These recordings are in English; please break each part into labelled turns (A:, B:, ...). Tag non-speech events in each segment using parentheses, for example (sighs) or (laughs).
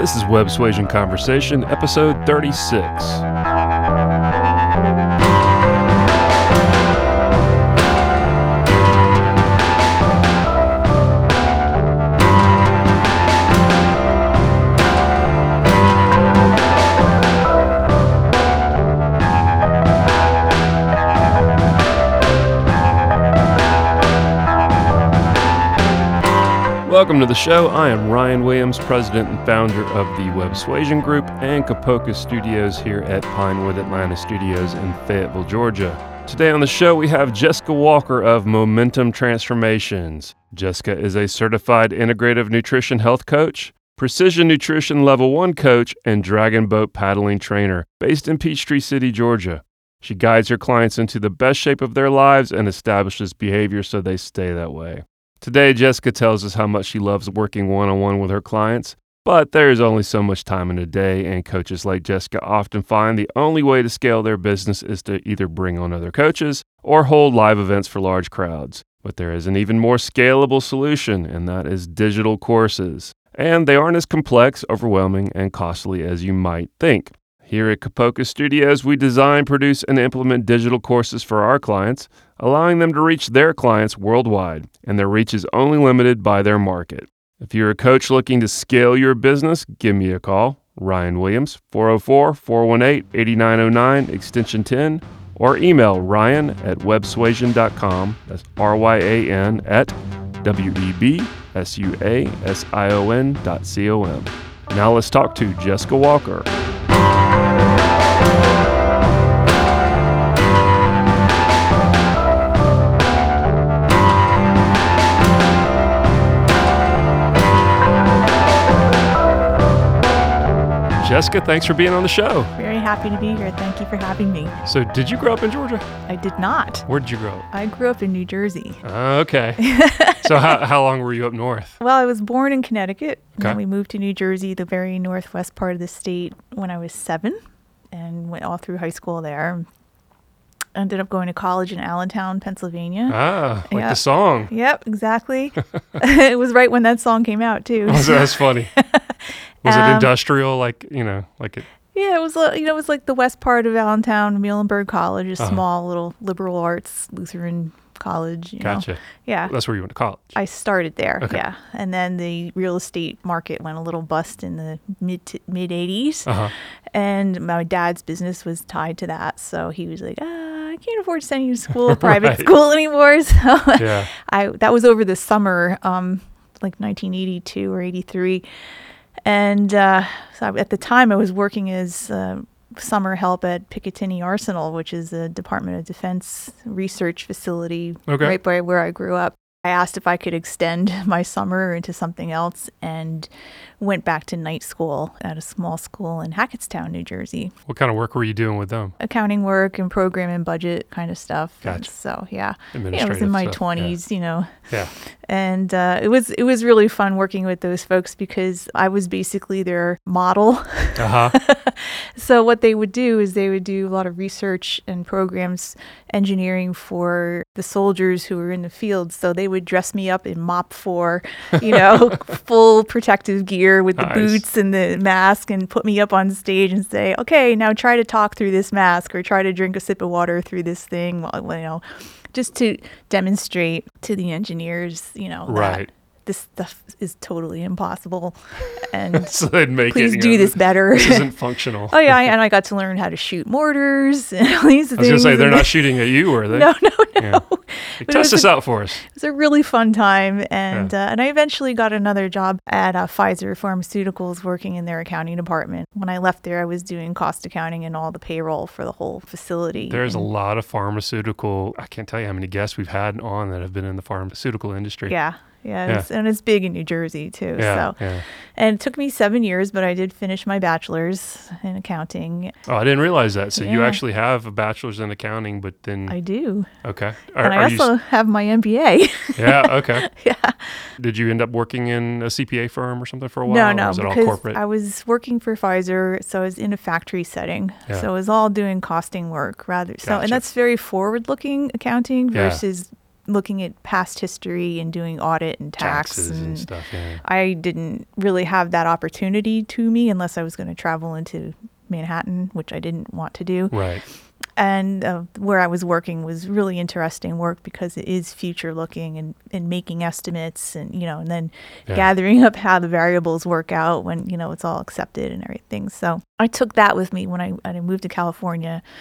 A: This is Web Suasion Conversation, episode 36. Welcome to the show. I am Ryan Williams, president and founder of the Web Suasion Group and Kapoka Studios here at Pinewood Atlanta Studios in Fayetteville, Georgia. Today on the show, we have Jessica Walker of Momentum Transformations. Jessica is a certified integrative nutrition health coach, precision nutrition level one coach, and dragon boat paddling trainer based in Peachtree City, Georgia. She guides her clients into the best shape of their lives and establishes behavior so they stay that way. Today, Jessica tells us how much she loves working one on one with her clients, but there is only so much time in a day, and coaches like Jessica often find the only way to scale their business is to either bring on other coaches or hold live events for large crowds. But there is an even more scalable solution, and that is digital courses. And they aren't as complex, overwhelming, and costly as you might think. Here at Kapoka Studios, we design, produce, and implement digital courses for our clients, allowing them to reach their clients worldwide, and their reach is only limited by their market. If you're a coach looking to scale your business, give me a call, Ryan Williams, 404 418 8909, extension 10, or email ryan at websuasion.com. That's R Y A N at W E B S U A S I O N dot C O M. Now let's talk to Jessica Walker. Jessica, thanks for being on the show.
B: Very happy to be here. Thank you for having me.
A: So, did you grow up in Georgia?
B: I did not.
A: Where did you grow up?
B: I grew up in New Jersey.
A: Uh,
B: (laughs)
A: okay. so, how, how long were you up north?
B: Well, I was born in Connecticut. And
A: Okay.
B: then we moved to New Jersey, the very northwest part of the state, when I was seven and went all through high school there. Ended up going to college in Allentown, Pennsylvania.
A: Ah, like
B: Yeah.
A: the
B: (laughs)
A: song.
B: Yep,
A: (laughs)
B: exactly. it was right when that song came out, too.
A: Was that's funny. Was it
B: Um,
A: industrial? Like you know, like it.
B: Yeah, it was li- you know it was like the west part of Allentown, Muhlenberg College, a
A: Uh-huh.
B: small little liberal arts Lutheran college. You know.
A: Gotcha.
B: Yeah.
A: That's where you went to college.
B: I started there,
A: Okay.
B: yeah, and then the real estate market went a little bust in the mid to, mid '80s, (laughs)
A: Uh huh.
B: and my dad's business was tied to that. So he was like, ah, "I can't afford to send you to
A: (laughs)
B: school, private
A: Right.
B: school anymore." (laughs) So
A: Yeah.
B: I that was over the summer, um, like 1982 or 83, and uh, so I- at the time I was working as uh, summer help at Picatinny Arsenal, which is a Department of Defense research facility
A: Okay.
B: right by where I grew up. I asked if I could extend (laughs) my summer into something else and went back to night school at a small school in Hackettstown, New Jersey.
A: What kind of work were you doing with them?
B: Accounting work and program and budget kind of stuff. And
A: Gotcha.
B: So, yeah.
A: Administrative.
B: Yeah, I was in my
A: stuff. Yeah.
B: 20s, you know,
A: Yeah.
B: and uh, it was it was really fun working with those folks because I was basically their model.
A: Uh huh.
B: so what they would do is they would do a lot of research and programs engineering for the soldiers who were in the field. So they would dress me up in mop four,
A: (laughs)
B: you know, full protective gear with the
A: Nice.
B: boots and the mask, and put me up on stage and say, "Okay, now try to talk through this mask or try to drink a sip of water through this thing." Well, you know. Just to demonstrate to the engineers, you know, that
A: Right. (laughs)
B: this stuff is totally impossible and
A: so they'd make
B: please
A: it. you
B: do
A: know,
B: this better
A: This isn't functional.
B: oh yeah (laughs) I, and i got to learn how to shoot mortars (laughs) and all these
A: I was
B: things
A: gonna say they're
B: and (laughs)
A: not shooting at you, are they?
B: no no no
A: Yeah. Hey,
B: But it
A: test
B: was
A: this
B: a-
A: out for us.
B: it was a really fun time and uh, and i eventually got another job at uh, pfizer pharmaceuticals working in their accounting department when i left there i was doing cost accounting and all the payroll for the whole facility
A: There's a
B: And-
A: lot of pharmaceutical. I can't tell you how many guests we've had on that have been in the pharmaceutical industry.
B: yeah yeah,
A: Yeah.
B: It's, and it's big in New Jersey too.
A: Yeah,
B: So,
A: yeah.
B: and it took me seven years, but I did finish my bachelor's in accounting.
A: Oh, I didn't realize that. So you
B: Yeah.
A: actually have a bachelor's in accounting, but then
B: I do,
A: okay. Hmm. Are,
B: and I
A: are you s-
B: also have my (laughs)
A: (laughs)
B: MBA.
A: yeah. Okay.
B: (laughs) yeah.
A: Did you end up working in a CPA firm or something for a while?
B: No,
A: or
B: no,
A: Was it all
B: because
A: corporate?
B: I was working for Pfizer, so I was in a factory setting.
A: Yeah.
B: So I was all doing costing work rather. So,
A: Gotcha.
B: and that's very forward-looking accounting
A: Yeah.
B: versus looking at past history and doing audit and tax
A: taxes and, stuff. Yeah.
B: I didn't really have that opportunity to me unless I was going to travel into Manhattan, which I didn't want to do.
A: Right.
B: And uh, where I was working was really interesting work because it is future looking and, and making estimates and, you know, and then
A: Yeah.
B: gathering up how the variables work out when, you know, it's all accepted and everything. So I took that with me when I, when I moved to California. (sighs)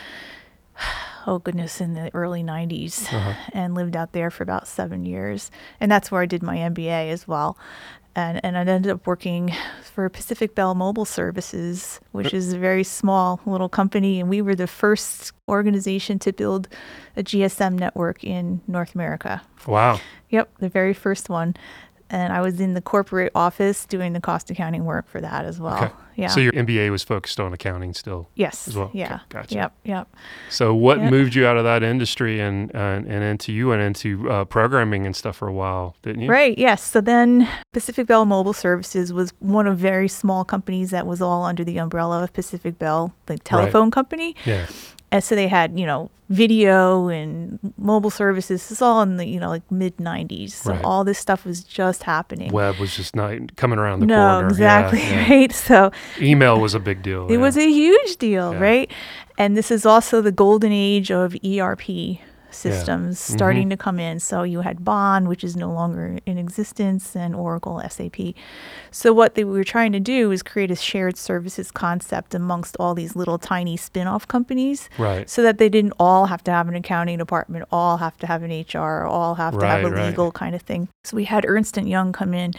B: Oh, goodness, in the early 90s and lived out there for about seven years. And that's where I did my MBA as well. And, and I ended up working for Pacific Bell Mobile Services, which is a very small little company. And we were the first organization to build a GSM network in North America.
A: Wow.
B: Yep, the very first one. And I was in the corporate office doing the cost accounting work for that as well.
A: Okay.
B: Yeah.
A: So your MBA was focused on accounting still.
B: yes.
A: as well. Okay,
B: Yeah.
A: gotcha.
B: Yep. Yep.
A: So what
B: Yeah.
A: moved you out of that industry and uh, and, and into you went into uh, programming and stuff for a while, didn't you?
B: Right, yes. So then Pacific Bell Mobile Services was one of very small companies that was all under the umbrella of Pacific Bell, the telephone company.
A: Yeah.
B: And so they had, you know, video and mobile services. This is all in the, you know, like mid 90s. So
A: Right.
B: all this stuff was just happening.
A: Web was just not coming around the
B: no,
A: corner. Yeah,
B: exactly,
A: yeah.
B: (laughs) right? So
A: Email was a big deal.
B: it
A: yeah.
B: was a huge deal,
A: Yeah.
B: right? And this is also the golden age of ERP systems
A: Mm-hmm.
B: starting to come in. So you had Bond, which is no longer in existence, and Oracle, SAP. So what they were trying to do is create a shared services concept amongst all these little tiny spin-off companies.
A: Right.
B: So that they didn't all have to have an accounting department, all have to have an HR, all have to have
A: Right,
B: a
A: right.
B: legal kind of thing. So we had Ernst and Young come in,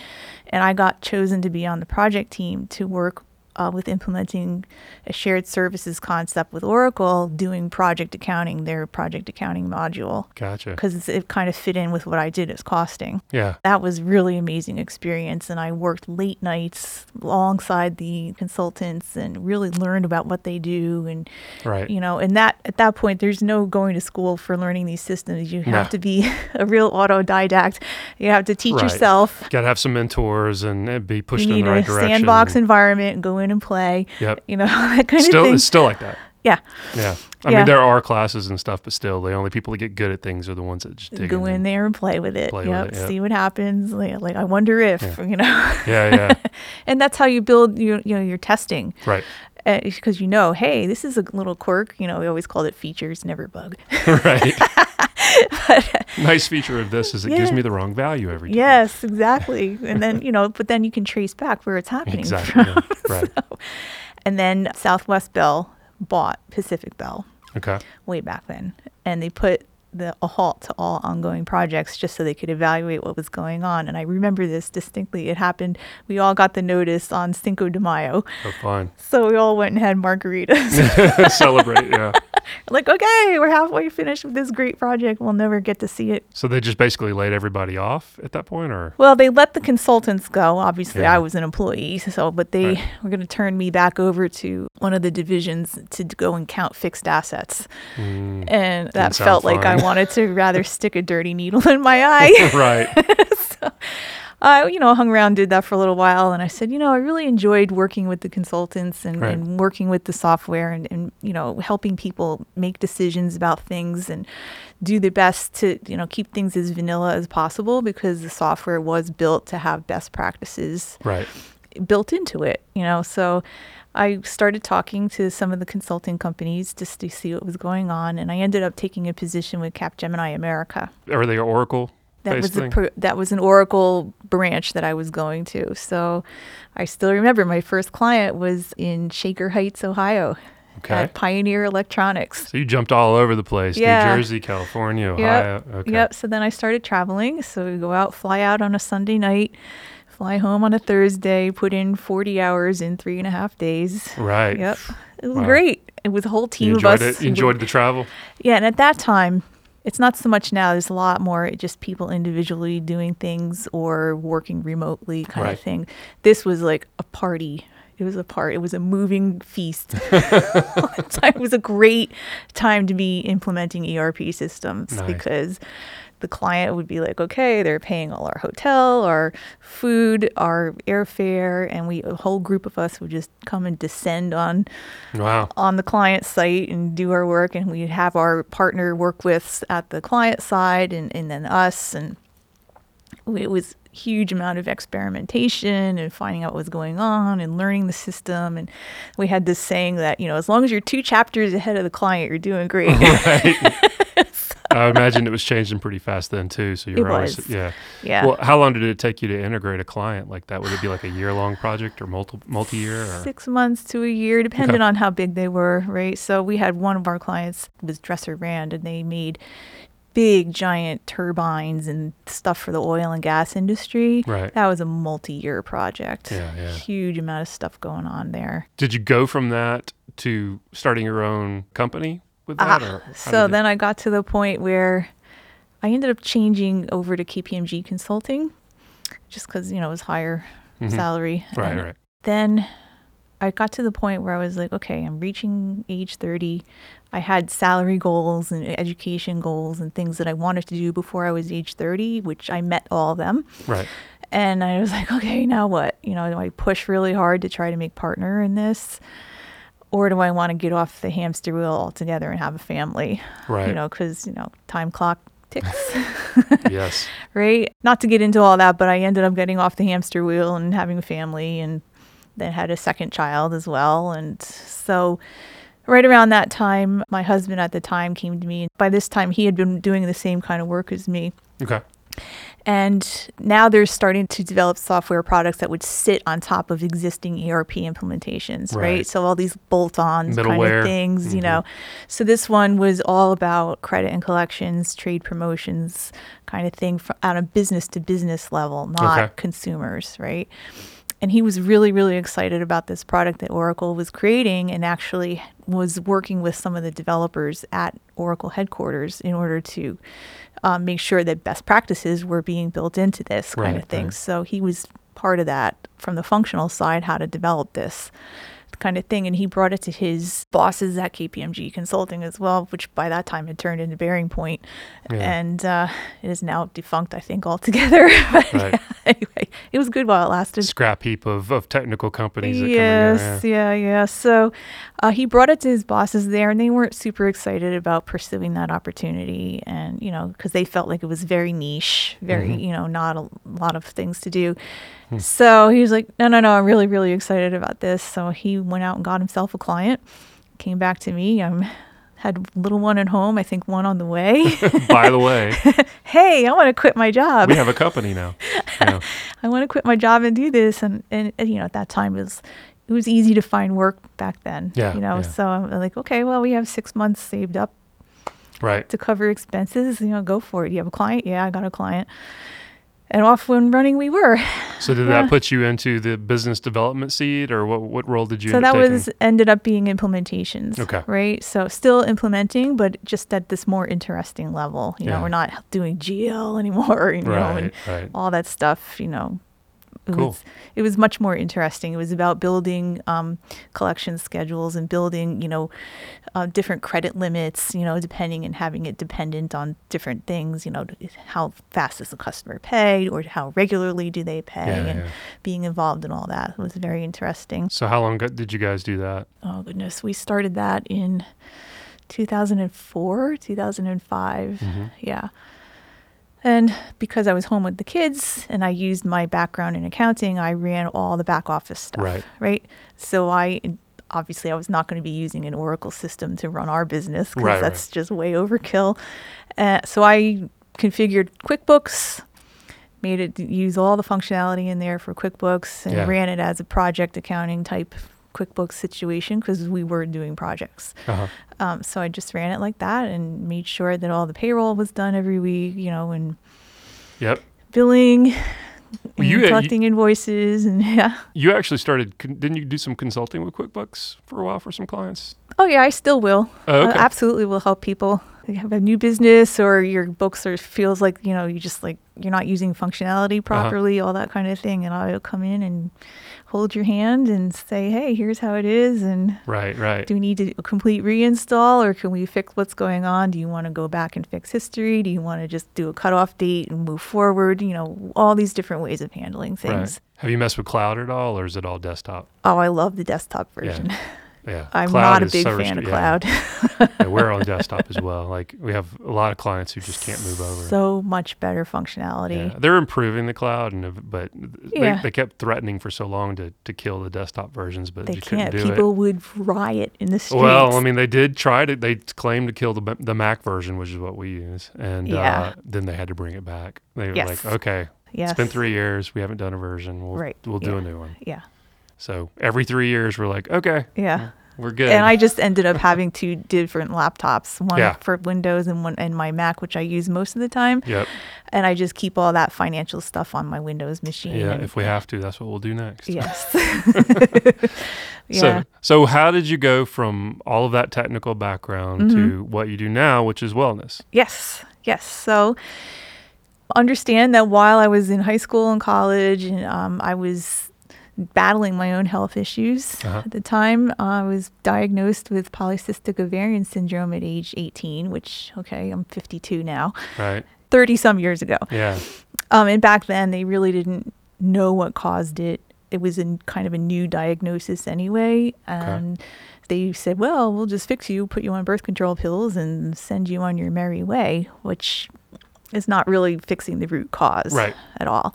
B: and I got chosen to be on the project team to work uh, with implementing a shared services concept with Oracle, doing project accounting, their project accounting module, (laughs)
A: Gotcha.
B: because it kind of fit in with what I did as costing
A: Yeah.
B: that was really amazing experience and i worked late nights alongside the consultants and really learned about what they do and
A: Right.
B: you know and that at that point there's no going to school for learning these systems you have
A: No.
B: to be (laughs) a real autodidact you have to teach
A: Right.
B: yourself
A: Got to have some mentors and uh, be pushed
B: you
A: in
B: need
A: the right
B: a
A: direction.
B: sandbox
A: and-
B: environment and go in and play
A: Yep.
B: (laughs) you know that kind
A: Still,
B: of thing
A: it's still like that.
B: yeah
A: Yeah. I
B: Yeah.
A: mean, there are classes and stuff, but still, the only people that get good at things are the ones that just dig
B: go in
A: and-
B: there and play with it
A: Play with
B: yep
A: it, yeah.
B: see what happens like, like i wonder if you know (laughs)
A: Yeah. Yeah.
B: and that's how you build your you know your testing
A: right. (laughs)
B: because you know, hey, this is a little quirk. You know, we always called it features, never bug.
A: right. nice feature of this is it gives
B: uh, Yeah.
A: me the wrong value every time.
B: yes, exactly. And then you know, but then you can trace back where it's happening.
A: Exactly. yeah.
B: (laughs)
A: Right.
B: And then Southwest Bell bought Pacific Bell
A: Okay.
B: way back then, and they put the a halt to all ongoing projects just so they could evaluate what was going on. And I remember this distinctly. It happened. We all got the notice on Cinco de Mayo,
A: Oh, fine.
B: so we all went and had
A: (laughs)
B: margaritas. (laughs)
A: Celebrate. Yeah.
B: like, okay, we're halfway finished with this great project. We'll never get to see it
A: So they just basically laid everybody off at that point, or (laughs)
B: Well, they let the consultants go. Obviously,
A: Yeah.
B: I was an employee, so but they
A: Right.
B: were going to turn me back over to one of the divisions to d- go and count fixed assets, and that
A: Mm. sound
B: felt like I
A: fun.
B: wanted to rather
A: (laughs)
B: stick a dirty needle in my eye. (laughs)
A: right?
B: I, you know, hung around, did that for a little while, and I said, you know, I really enjoyed working with the consultants and,
A: Right.
B: and working with the software and, and you know helping people make decisions about things and do the best to you know keep things as vanilla as possible because the software was built to have best practices
A: Right.
B: built into it, you know. So I started talking to some of the consulting companies just to see what was going on, and I ended up taking a position with Capgemini America.
A: Are they Oracle?
B: That was
A: based
B: the
A: thing?
B: per, that was an Oracle branch that I was going to. So I still remember my first client was in Shaker Heights, Ohio,
A: okay.
B: at Pioneer Electronics.
A: So you jumped all over the place:
B: Yeah.
A: New Jersey, California, Ohio.
B: Yep.
A: Okay.
B: Yep. So then I started traveling. So we go out, fly out on a Sunday night, fly home on a Thursday, put in 40 hours in three and a half days.
A: Right.
B: Yep. It was
A: Wow.
B: great. It was a whole team
A: You
B: of
A: enjoyed
B: us. (laughs)
A: it. You enjoyed the travel.
B: Yeah, and at that time, it's not so much now. There's a lot more just people individually doing things or working remotely kind
A: Right.
B: of thing. This was like a party. It was a part. It was a
A: (laughs)
B: moving feast. (laughs) it was a great time to be implementing ERP systems
A: Nice.
B: because the client would be like, okay, they're paying all our hotel, our food, our airfare, and we a whole group of us would just come and descend on (laughs)
A: Wow.
B: on the client site and do our work and we'd have our partner work with at the client side and, and then us and it was huge amount of experimentation and finding out what was going on and learning the system and we had this saying that you know as long as you're two chapters ahead of the client you're doing great
A: Uh-huh. (laughs) I imagine it was changing pretty fast then too. So you're
B: It
A: always
B: was.
A: yeah.
B: (laughs) yeah
A: Well, how long did it take you to integrate a client like that? Would it be like a year long project or multi multi year?
B: six months to a year, depending on how big they were, right? So we had one of our clients was Dresser Rand, and they made big giant turbines and stuff for the oil and gas industry.
A: Right.
B: That was a multi-year project.
A: Yeah, yeah.
B: Huge amount of stuff going on there.
A: Did you go from that to starting your own company with that? or how
B: Ah, So
A: did it-
B: then I got to the point where I ended up changing over to KPMG Consulting just because, you know, it was higher
A: Mhm.
B: salary.
A: right,
B: And
A: right.
B: then I got to the point where I was like, okay, I'm reaching age 30. I had salary goals and education goals and things that I wanted to do before I was age 30, which I met all of them.
A: Right.
B: And I was like, okay, now what? You know, do I push really hard to try to make partner in this? Or do I want to get off the hamster wheel altogether and have a family?
A: Right.
B: You know, because, you know, time clock ticks. (laughs)
A: yes.
B: right? Not to get into all that, but I ended up getting off the hamster wheel and having a family and then had a second child as well. And so, right around that time, my husband at the time came to me. By this time, he had been doing the same kind of work as me.
A: Okay.
B: And now they're starting to develop software products that would sit on top of existing ERP implementations, right?
A: Right.
B: So all these bolt-ons kind
A: Middleware. Mm-hmm.
B: of things, you know. So this one was all about credit and collections, trade promotions, kind of thing fr- on a business to business level, not
A: Okay.
B: consumers, right? And he was really, really excited about this product that Oracle was creating and actually was working with some of the developers at Oracle headquarters in order to um, make sure that best practices were being built into this kind
A: Right,
B: of thing.
A: right.
B: So he was part of that from the functional side, how to develop this kind of thing. And he brought it to his bosses at KPMG Consulting as well, which by that time had turned into Bearing Point.
A: Yeah.
B: And uh, it is now defunct, I think, altogether. (laughs) But
A: Right.
B: anyway, it was good while it lasted.
A: Scrap heap of, of technical companies that come in
B: Yes,
A: there.
B: yeah, yeah. So uh, he brought it to his bosses there, and they weren't super excited about pursuing that opportunity. And, you know, because they felt like it was very niche, very, you know, not a lot of things to do. So he was like, no, no, no, I'm really, really excited about this. So he went out and got himself a client, came back to me. Um, had little one at home, I think one on the way. (laughs)
A: Yeah. By the way,
B: hey, I want to quit my job.
A: we have a company now.
B: (laughs)
A: Yeah.
B: I want to quit my job and do this. And, and, and, you know, at that time it was, it was easy to find work back then,
A: Yeah,
B: you know?
A: yeah.
B: So I'm like, okay, well, we have six months saved up
A: Right.
B: to cover expenses, you know, go for it. You have a client? Yeah, I got a client. And off when running we were.
A: So did
B: Yeah.
A: that put you into the business development seat or what what role did you
B: So
A: end
B: that
A: up taking?
B: was ended up being implementations.
A: Okay.
B: Right. So still implementing, but just at this more interesting level. You
A: Yeah.
B: know, we're not doing GL anymore, (laughs) you know, and
A: right, right.
B: all that stuff, you know. It
A: Cool.
B: was it was much more interesting. It was about building um, collection schedules and building, you know, uh, different credit limits, you know, depending and having it dependent on different things, you know, d- how fast is the customer paid or how regularly do they pay
A: Yeah,
B: and
A: yeah.
B: being involved in all that was very interesting.
A: So how long go- did you guys do that?
B: Oh goodness, we started that in 2004, 2005.
A: Mm-hmm.
B: Yeah. And because I was home with the kids and I used my background in accounting, I ran all the back office stuff,
A: Right.
B: right? So I obviously I was not going to be using an Oracle system to run our business because
A: Right, right.
B: that's just way overkill. Uh, so I configured QuickBooks, made it use all the functionality in there for QuickBooks and
A: Yeah.
B: ran it as a project accounting type QuickBooks situation because we were doing projects.
A: Uh-huh.
B: Um, so I just ran it like that and made sure that all the payroll was done every week, you know, and
A: Yep.
B: billing, (laughs)
A: Well,
B: and
A: you- you-
B: collecting invoices, and (laughs) yeah.
A: You actually started con- didn't you do some consulting with QuickBooks for a while for some clients?
B: Oh yeah, I still will.
A: Oh,
B: Uh, I
A: okay.
B: absolutely will help people. You have a new business or your books are feels like you
A: Uh-huh.
B: know you just like you're not using functionality properly, all that kind of thing, and I'll come in and hold your hand and say, hey, here's how it is. And
A: Right, right.
B: do we need to complete reinstall or can we fix what's going on? Do you want to go back and fix history? Do you want to just do a cutoff date and move forward? You know, all these different ways of handling things.
A: Right. Have you messed with cloud at all, or is it all desktop?
B: Oh, I love the desktop version. (laughs)
A: Yeah,
B: I'm
A: Cloud
B: not a
A: is
B: big
A: so
B: fan of
A: restri- yeah.
B: cloud. (laughs)
A: Yeah, we're on desktop as well. Like we have a lot of clients who just can't move over.
B: so much better functionality.
A: yeah, they're improving the cloud, and ev- but
B: Yeah.
A: they, they kept threatening for so long to, to kill the desktop versions, but
B: They
A: you
B: can't.
A: couldn't do
B: People
A: it.
B: would riot in the streets.
A: Well, um, I mean, they did try to. They claimed to kill the m- the Mac version, which is what we use, and
B: Yeah.
A: uh, then they had to bring it back. They were
B: Yes.
A: like, "Okay,
B: yes.
A: it's been three years. We haven't done a version. We'll
B: Right,
A: we'll do
B: yeah.
A: a new one."
B: Yeah.
A: So every three years, we're like, "Okay,
B: Yeah.
A: we're good."
B: And I just ended up having two different laptops, one
A: Yeah.
B: for Windows and one and my Mac, which I use most of the time.
A: yep.
B: And I just keep all that financial stuff on my Windows machine.
A: Yeah,
B: and-
A: if we have to, that's what we'll do next.
B: yes.
A: (laughs)
B: (laughs)
A: So,
B: yeah.
A: so how did you go from all of that technical background
B: Mm-hmm.
A: to what you do now, which is wellness?
B: Yes. Yes. So understand that while I was in high school and college, and um, I was battling my own health issues
A: Uh-huh.
B: at the time, uh, I was diagnosed with polycystic ovarian syndrome at age 18, which, okay, I'm 52 now,
A: Right.
B: 30 some years ago.
A: Yeah.
B: Um, and back then, they really didn't know what caused it. It was in kind of a new diagnosis anyway, and they said, "Well, we'll just fix you, put you on birth control pills, and send you on your merry way," which is not really fixing the root cause
A: Right.
B: at all.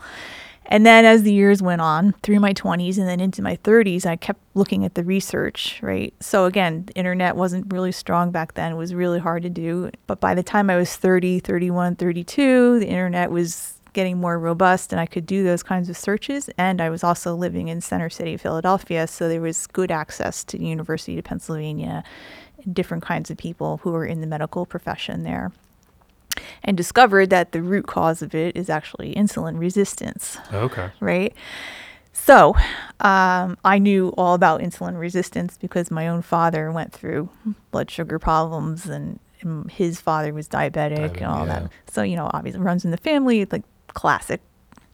B: And then as the years went on through my 20s and then into my 30s, I kept looking at the research, right? So again, the internet wasn't really strong back then. It was really hard to do. But by the time I was 30, 31, 32, the internet was getting more robust and I could do those kinds of searches. And I was also living in Center City, Philadelphia. So there was good access to the University of Pennsylvania, different kinds of people who were in the medical profession there and discovered that the root cause of it is actually insulin resistance,
A: Okay.
B: right? So um, I knew all about insulin resistance because my own father went through blood sugar problems and, and his father was diabetic and
A: Diabetic,
B: all
A: yeah.
B: that. So, you know, obviously runs in the family, like classic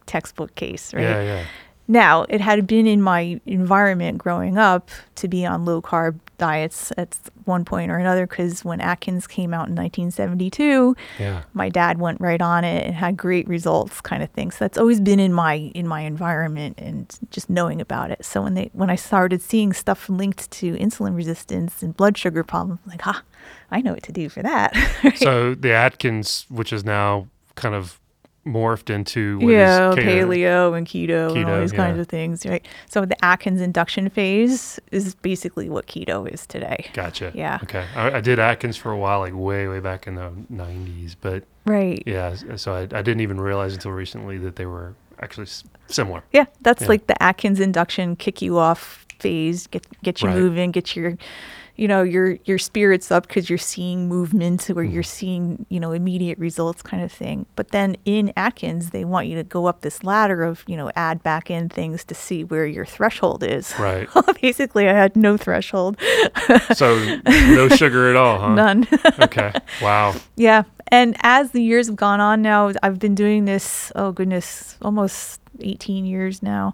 B: textbook case, right?
A: Yeah. Yeah.
B: Now, it had been in my environment growing up to be on low carb diets at one point or another because when Atkins came out in 1972,
A: Yeah.
B: my dad went right on it and had great results kind of thing so that's always been in my in my environment and just knowing about it so when they when i started seeing stuff linked to insulin resistance and blood sugar problems I'm like ah i know what to do for that (laughs) Right?
A: So the Atkins, which is now kind of morphed into what is
B: yeah
A: keto-
B: paleo and keto, and all
A: Keto,
B: these kinds
A: yeah.
B: of things right so the atkins induction phase is basically what keto is today
A: Gotcha.
B: Yeah.
A: Okay. I, I did Atkins for a while, like way, way back in the '90s, but
B: right
A: yeah. s- So I, I didn't even realize until recently that they were actually s- similar.
B: Yeah, that's
A: Yeah.
B: like the Atkins induction kick you off phase, get get you
A: Right.
B: moving, get your you know, your your spirits up cuz you're seeing movement or
A: Mm-hmm.
B: you're seeing, you know, immediate results kind of thing. But then in Atkins, they want you to go up this ladder of, you know, add back in things to see where your threshold is.
A: Right.
B: (laughs) Basically, I had no threshold,
A: So
B: (laughs)
A: no sugar at all, huh?
B: none. (laughs)
A: Okay. Wow.
B: Yeah. And as the years have gone on now, I've been doing this, oh goodness, almost 18 years now.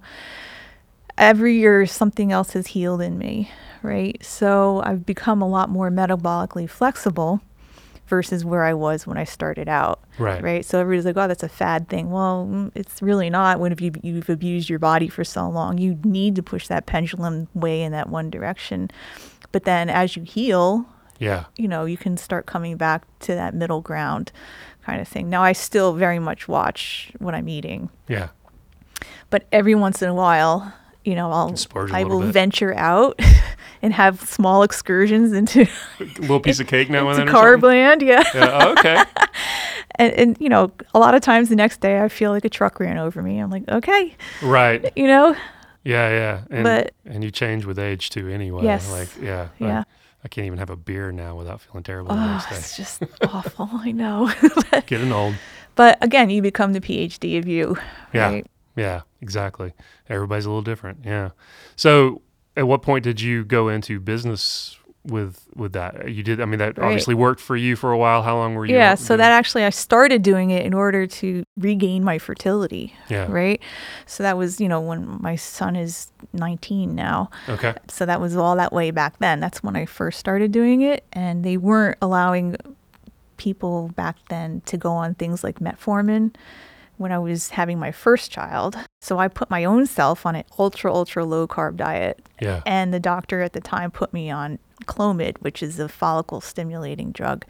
B: Every year, something else has healed in me, right? So I've become a lot more metabolically flexible versus where I was when I started out,
A: Right.
B: right? So everybody's like, oh, that's a fad thing. Well, mm, it's really not. When have you, you've abused your body for so long, you need to push that pendulum way in that one direction. But then as you heal,
A: Yeah.
B: you know, you can start coming back to that middle ground kind of thing. Now, I still very much watch what I'm eating,
A: Yeah.
B: but every once in a while, you know, I'll
A: Splurge a
B: I
A: little
B: will
A: bit.
B: venture out (laughs) and have small
A: (laughs)
B: excursions into,
A: little piece of cake now and
B: into
A: then. or
B: carb land, yeah.
A: something? Yeah. oh, okay.
B: And, and you know, a lot of times the next day I feel like a truck ran over me. I'm like, okay,
A: (laughs) Right.
B: you know,
A: Yeah. Yeah. And,
B: But-
A: and you change with age too, anyway.
B: Yes.
A: Like, yeah. I-
B: Yeah.
A: I can't even have a beer now without feeling terrible the
B: oh,
A: next
B: it's just awful. I know, (laughs)
A: day. Getting old.
B: but again, you become the PhD of you.
A: Yeah.
B: right?
A: Yeah. Exactly. Everybody's a little different. Yeah. So, at what point did you go into business with with that? You did. I mean, that
B: Right.
A: obviously worked for you for a while. How long were you?
B: yeah, so
A: doing-
B: that actually I started doing it in order to regain my fertility,
A: Yeah.
B: right? So that was, you know, when my son is 19 now.
A: Okay.
B: So that was all that way back then. That's when I first started doing it, and they weren't allowing people back then to go on things like metformin when I was having my first child. So I put my own self on an ultra ultra low carb diet,
A: Yeah.
B: and the doctor at the time put me on Clomid, which is a follicle stimulating drug.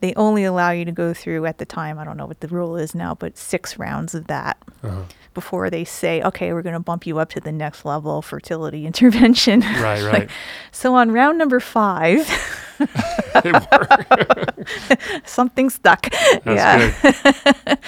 B: They only allow you to go through at the time, I don't know what the rule is now, but 6 rounds of that (laughs)
A: Uh-huh.
B: before they say, okay, we're going to bump you up to the next level of fertility (laughs) intervention.
A: Right.
B: Like,
A: Right.
B: so on round number five, (laughs)
A: it worked.
B: something stuck. yeah. (laughs)
A: That's good.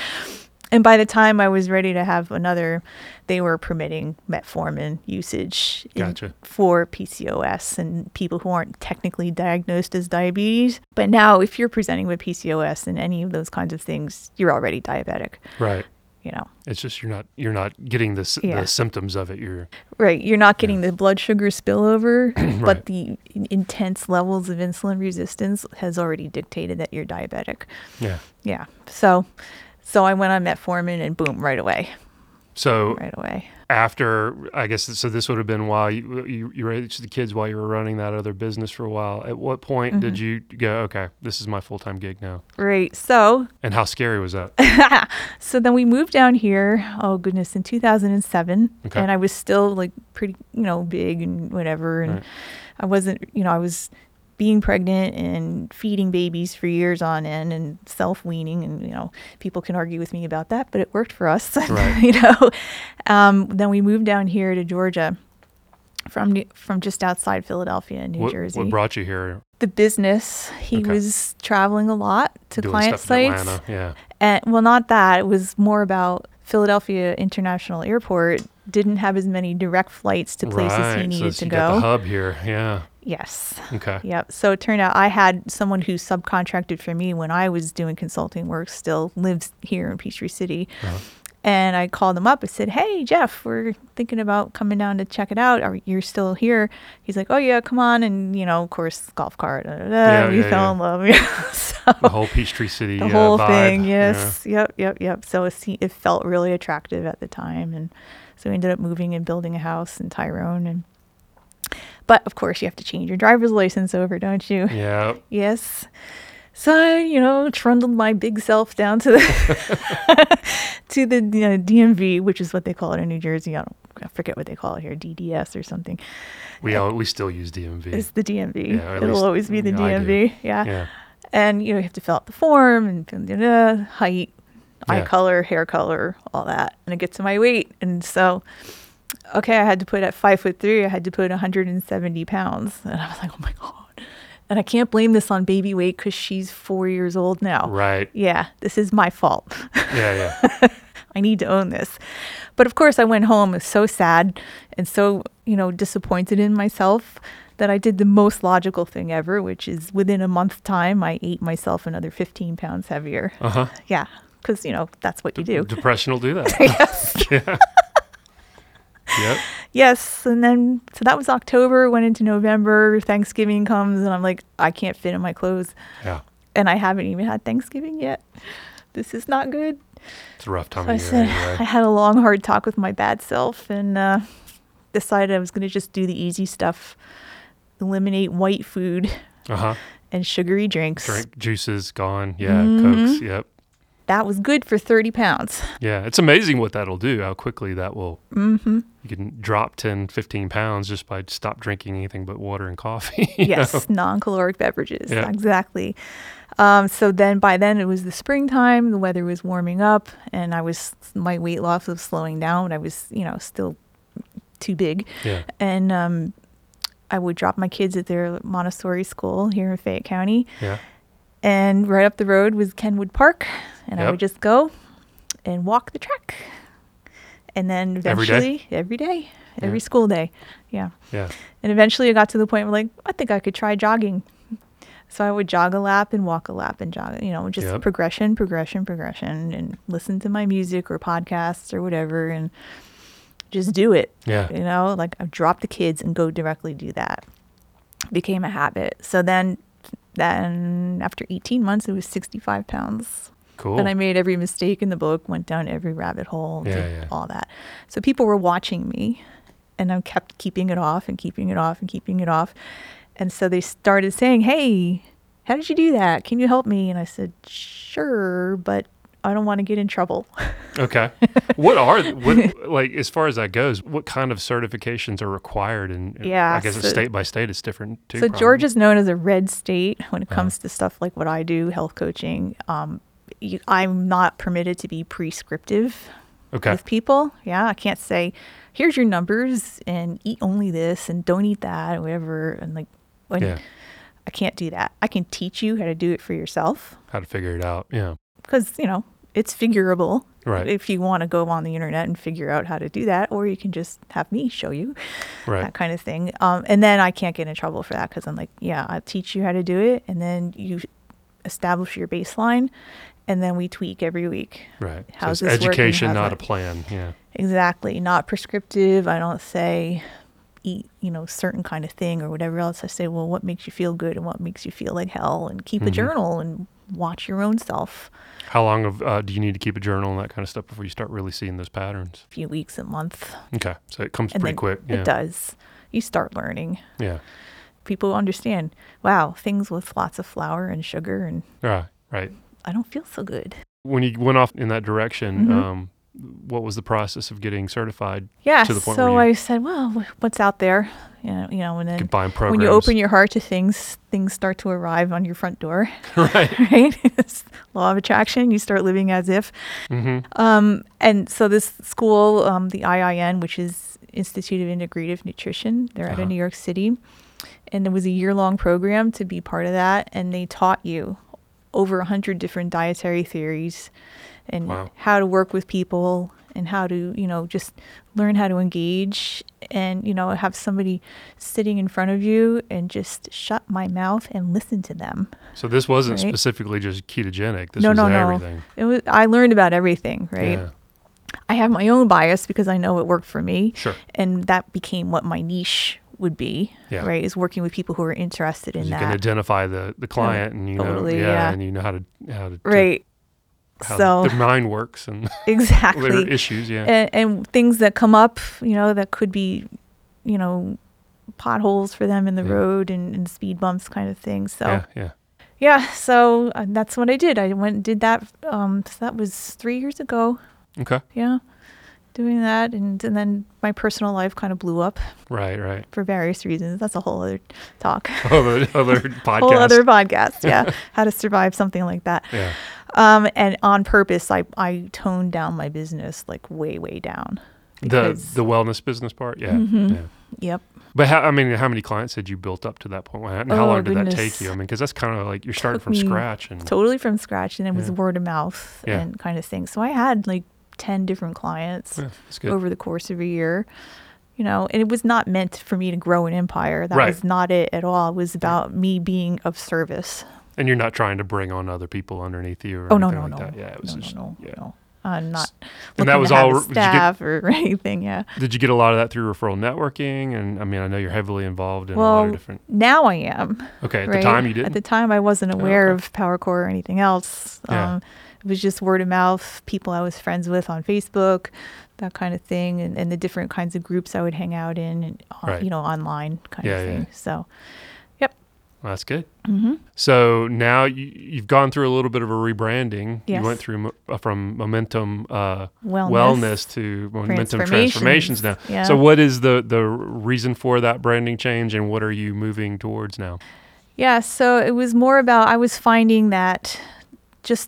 B: And by the time I was ready to have another, they were permitting metformin usage in-
A: Gotcha.
B: for PCOS and people who aren't technically diagnosed as diabetes. But now, if you're presenting with PCOS and any of those kinds of things, you're already diabetic.
A: Right.
B: You know,
A: It's just you're not you're not getting the s
B: Yeah.
A: the symptoms of it. You're (clears throat)
B: right? You're not getting the blood sugar spillover,
A: Right.
B: but the in- intense levels of insulin resistance has already dictated that you're diabetic.
A: yeah.
B: Yeah. So so I went on metformin and boom, right away.
A: So
B: Right away.
A: after I guess so this would have been while you you, you raised the kids while you were running that other business for a while. At what point did
B: Mm-hmm.
A: you go? Okay, this is my full time gig now.
B: Right. So
A: And how scary was
B: (laughs)
A: that?
B: so then we moved down here, oh goodness, in 2007
A: Okay.
B: and I was still like pretty, you know, big and whatever and
A: Right.
B: I wasn't, you know, I was being pregnant and feeding babies for years on end and self weaning and you know people can argue with me about that but it worked for us (laughs)
A: Right.
B: you know um, then we moved down here to georgia from New- from just outside philadelphia in new
A: what,
B: jersey
A: what brought you here?
B: the business. He
A: Okay.
B: was traveling a lot to client
A: in
B: sites.
A: Atlanta. Yeah.
B: And well, not that. It was more about Philadelphia International Airport didn't have as many direct flights to places
A: right.
B: he
A: so
B: needed
A: it's-
B: to
A: you got the
B: go.
A: hub here.
B: (sighs)
A: Yeah.
B: Yes.
A: Okay.
B: Yep. So it turned out I had someone who subcontracted for me when I was doing consulting work still lives here in Peachtree City.
A: Uh-huh.
B: And I called him up. I said, Hey, Jeff, we're thinking about coming down to check it out. Are you still here? He's like, Oh, yeah, come on. And, you know, of course, golf cart. Da, da, da.
A: Yeah,
B: we
A: yeah,
B: fell
A: yeah.
B: in love. (laughs) Yeah. so
A: The whole Peachtree City.
B: the
A: uh,
B: whole
A: vibe.
B: thing.
A: Yeah.
B: Yes. Yep. Yep. Yep. So it, se- it felt really attractive at the time, and so we ended up moving and building a house in Tyrone. And but of course, you have to change your driver's license over, don't you?
A: Yeah.
B: Yes. So I, you know, trundled my big self down to the (laughs) to the you know, DMV, which is what they call it in New Jersey. I don't I forget what they call it here, DDS or something. (laughs)
A: We all, we still use DMV.
B: It's the DMV.
A: Yeah, or at
B: It'll
A: least
B: always be the
A: I do.
B: DMV. Yeah.
A: yeah.
B: And you know, you have to fill out the form and da, da, da, height, eye
A: Yeah.
B: color, hair color, all that. And I get to my weight. And so, okay, I had to put at five foot three, I had to put 170 pounds. And I was like, oh my God. And I can't blame this on baby weight because she's four years old now.
A: Right.
B: (laughs) Yeah, this is my fault. (laughs)
A: Yeah. Yeah.
B: I need to own this. But of course, I went home so sad and so, you know, disappointed in myself that I did the most logical thing ever, which is within a month's time, I ate myself another 15 pounds heavier.
A: Uh huh.
B: Yeah, because, you know, that's what
A: (laughs)
B: you do. (laughs)
A: Depression will do that.
B: yes.
A: yep.
B: yes. And then, so that was October, went into November, Thanksgiving comes, and I'm like, I can't fit in my clothes.
A: Yeah.
B: And I haven't even had Thanksgiving yet. This is not good.
A: It's a rough time
B: I
A: of year.
B: said I
A: anyway.
B: had a long, hard talk with my bad self and uh, decided I was going to just do the easy stuff, eliminate white food
A: Uh huh.
B: and sugary drinks.
A: Drink juices gone. Yeah.
B: Mm-hmm.
A: Cokes. Yep.
B: That was good for 30 pounds.
A: Yeah, it's amazing what that'll do, how quickly that will. Mm-hmm. (laughs) You can drop 10, 15 pounds just by stop drinking anything but water and coffee. (laughs) you know?
B: Yes, non caloric beverages.
A: Yeah.
B: Exactly. Um, so then by then it was the springtime, the weather was warming up, and I was, my weight loss was slowing down. I was, you know, still too big.
A: Yeah.
B: And um, I would drop my kids at their Montessori school here in Fayette County.
A: Yeah.
B: And right up the road was Kenwood Park, and I
A: Yep.
B: would just go and walk the track. And then
A: Every day?
B: eventually, every day, every
A: Yeah.
B: school day. Yeah.
A: Yeah.
B: And eventually I got to the point where, like, I think I could try jogging. So I would jog a lap and walk a lap and jog, you know, just
A: Yep.
B: progression, progression, progression, and listen to my music or podcasts or whatever and just do it.
A: Yeah.
B: You know, like I drop the kids and go directly do that. became a habit. So then, then after 18 months, it was 65 pounds.
A: Cool.
B: And I made every mistake in the book, went down every rabbit hole,
A: Yeah,
B: did
A: yeah.
B: all that. So people were watching me, and I kept keeping it off and keeping it off and keeping it off. And so they started saying, Hey, how did you do that? Can you help me? And I said, Sure, but I don't want to get in trouble.
A: Okay. What are
B: (laughs)
A: what like as far as that goes? What kind of certifications are required? And uh,
B: Yeah,
A: I guess it's
B: so-
A: state by state it's different too.
B: So
A: probably. Uh-huh.
B: Georgia's known as a red state when it comes to stuff like what I do, health coaching. Um, you, I'm not permitted to be prescriptive
A: Okay.
B: with people. Yeah, I can't say, here's your numbers and eat only this and don't eat that or whatever. And like, when,
A: Yeah.
B: I can't do that. I can teach you how to do it for yourself
A: How to figure it out? Yeah.
B: because you know it's figurable.
A: Right.
B: If you want to go on the internet and figure out how to do that, or you can just have me show you
A: Right.
B: that kind of thing. Um, and then I can't get in trouble for that because I'm like, yeah, I'll teach you how to do it. And then you establish your baseline. And then we tweak every week.
A: Right. So
B: How's
A: it's
B: this working?
A: education,
B: How's
A: not
B: that-
A: a plan. Yeah.
B: Exactly. Not prescriptive. I don't say eat, you know, certain kind of thing or whatever else. I say, well, what makes you feel good and what makes you feel like hell? And keep a
A: Mm-hmm.
B: journal and watch your own self.
A: How long of uh, do you need to keep a journal and that kind of stuff before you start really seeing those patterns?
B: A few weeks, a month.
A: Okay. So it comes
B: And
A: pretty
B: then
A: quick.
B: It
A: Yeah.
B: does. You start learning.
A: Yeah.
B: People understand, wow, things with lots of flour and sugar and
A: Right. Right.
B: I don't feel so good.
A: When you went off in that direction,
B: Mhm.
A: um, what was the process of getting certified?
B: Yeah.
A: to the point
B: so
A: where you-
B: I said, well, wh- what's out there? You know, you know and then
A: Combined programs.
B: when you
A: (laughs)
B: open your heart to things, things start to arrive on your front door, (laughs)
A: right.
B: right? (laughs) It's law of attraction. You start living as if.
A: hmm
B: Um, and so this school, um, the IIN, which is Institute of Integrative Nutrition, they're out
A: Uh-huh.
B: of New York City. And it was a year long program to be part of that. And they taught you over 100 different dietary theories and
A: Wow.
B: how to work with people and how to, you know, just learn how to engage and, you know, have somebody sitting in front of you and just shut my mouth and listen to them.
A: So this wasn't
B: Right.
A: specifically just ketogenic. This
B: no,
A: was
B: no, no.
A: everything.
B: It was, I learned about everything, right?
A: Yeah.
B: I have my own bias because I know it worked for me.
A: Sure.
B: And that became what my niche would be,
A: Yeah.
B: right? Is working with people who are interested in
A: you can
B: that.
A: identify the, the client and you
B: totally,
A: know yeah,
B: yeah.
A: and you know how to how to
B: right.
A: how
B: So-
A: their mind works and (laughs) their
B: (laughs) Exactly.
A: issues yeah
B: And, and things that come up, you know, that could be, you know, potholes for them in the
A: Yeah.
B: road and, and speed bumps kind of thing. So,
A: yeah
B: yeah.
A: yeah
B: so uh, that's what I did. I went and did that. Um, so that was three years ago.
A: okay
B: Yeah. Doing that. And, and then my personal life kind of blew up
A: right right (laughs)
B: for various reasons. That's a whole other talk.
A: other other podcast
B: (laughs) whole other podcast. Yeah,
A: (laughs)
B: how to survive something like that.
A: yeah
B: Um, and on purpose, I I toned down my business like way way down.
A: the
B: because- Mm-hmm.
A: the wellness business part yeah, yeah.
B: yep.
A: but how I mean how many clients had you built up to that point and how
B: Oh,
A: long did that take
B: goodness.
A: you I mean because that's kind of like you're starting
B: Took
A: from
B: me
A: scratch and
B: Totally from scratch, and it was
A: Yeah.
B: word of mouth
A: Yeah.
B: and kind of thing. So I had like ten different clients
A: yeah, that's good
B: over the course of a year. You know, and it was not meant for me to grow an empire. That
A: Right.
B: was not it at all. It was about me being of service.
A: and you're not trying to bring on other people underneath you or
B: Oh no
A: anything
B: no
A: like
B: no.
A: that yeah it was
B: no,
A: just,
B: no no
A: yeah.
B: no. I'm not
A: that
B: looking
A: was
B: to have
A: all-
B: a
A: did you get-
B: staff or (laughs) anything. Yeah.
A: did you get a lot of that through referral networking and I mean I know you're heavily involved in a lot of
B: Well,
A: different
B: Now I am.
A: okay at
B: right?
A: the time you didn't Oh,
B: At the time, I wasn't aware
A: okay.
B: of PowerCore or anything else.
A: Yeah.
B: Um, it was just word of mouth, people I was friends with on Facebook, that kind of thing, and, and the different kinds of groups I would hang out in, and uh,
A: Right.
B: you know, online kind
A: Yeah,
B: of
A: yeah.
B: thing. So, mm-hmm.
A: Well, that's good. So now you, you've gone through a little bit of a rebranding. You
B: Yes.
A: went through mo- uh, from Momentum uh,
B: wellness.
A: Wellness to Momentum Transformations,
B: Transformations.
A: now.
B: Yeah.
A: So what is the the reason for that branding change, and what are you moving towards now?
B: Yeah, so it was more about I was finding that just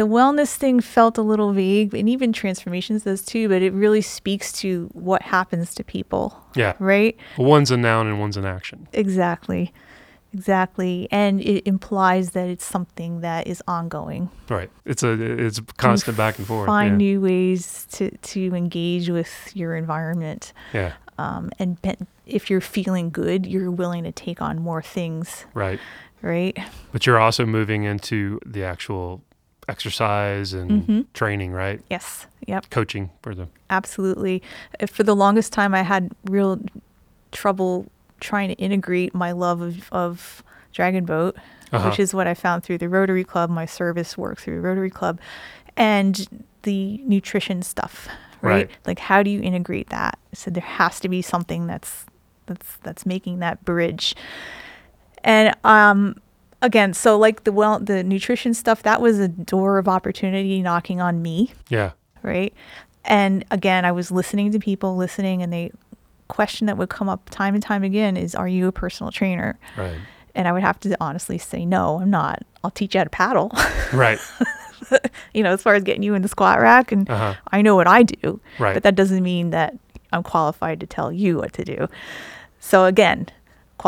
B: the wellness thing felt a little vague, and even transformations does too, but it really speaks to what happens to people,
A: Yeah,
B: right?
A: one's a noun and one's an action.
B: Exactly. Exactly. And it implies that it's something that is ongoing.
A: Right. It's a it's a constant back and forth.
B: Find
A: yeah.
B: new ways to, to engage with your environment.
A: yeah.
B: Um, and be- if you're feeling good, you're willing to take on more things,
A: Right.
B: right?
A: But you're also moving into the actual exercise and
B: Mhm.
A: training, right?
B: Yes. Yep.
A: Coaching for the
B: Absolutely. Uh, For the longest time, I had real trouble trying to integrate my love of, of Dragon Boat,
A: Uh-huh.
B: which is what I found through the Rotary Club, my service work through Rotary Club, and the nutrition stuff, right?
A: Right.
B: Like how do you integrate that? So there has to be something that's that's that's making that bridge. And um again, so like the well the nutrition stuff, that was a door of opportunity knocking on me
A: uh-huh. Yeah.
B: right? And again, I was listening to people listening, and the question that would come up time and time again is, "Are you a personal trainer?"
A: Right.
B: And I would have to honestly say, "No, I'm not. I'll teach you how to paddle." (laughs)
A: Right.
B: you know, as far as getting you in the squat rack, and
A: Uh-huh.
B: I know what I do,
A: Right.
B: but that doesn't mean that I'm qualified to tell you what to do. So again,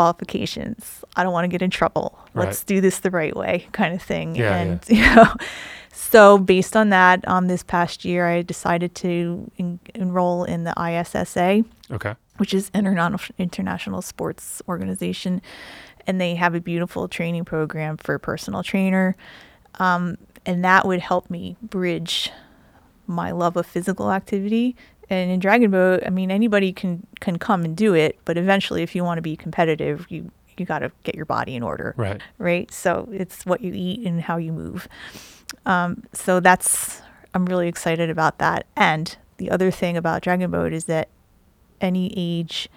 B: qualifications. I don't want to get in trouble.
A: Right.
B: Let's do this the right way, kind of thing.
A: Yeah,
B: and (laughs) you know, so based on that, um, this past year I decided to en- enroll in the ISSA,
A: Okay.
B: which is Interna- International Sports Organization, and they have a beautiful training program for personal trainer, um, and that would help me bridge my love of physical activity. And in Dragon Boat, I mean, anybody can can come and do it, but eventually, if you want to be competitive, you you got to get your body in order,
A: Right.
B: right? So it's what you eat and how you move. Um, so that's I'm really excited about that. And the other thing about Dragon Boat is that any age,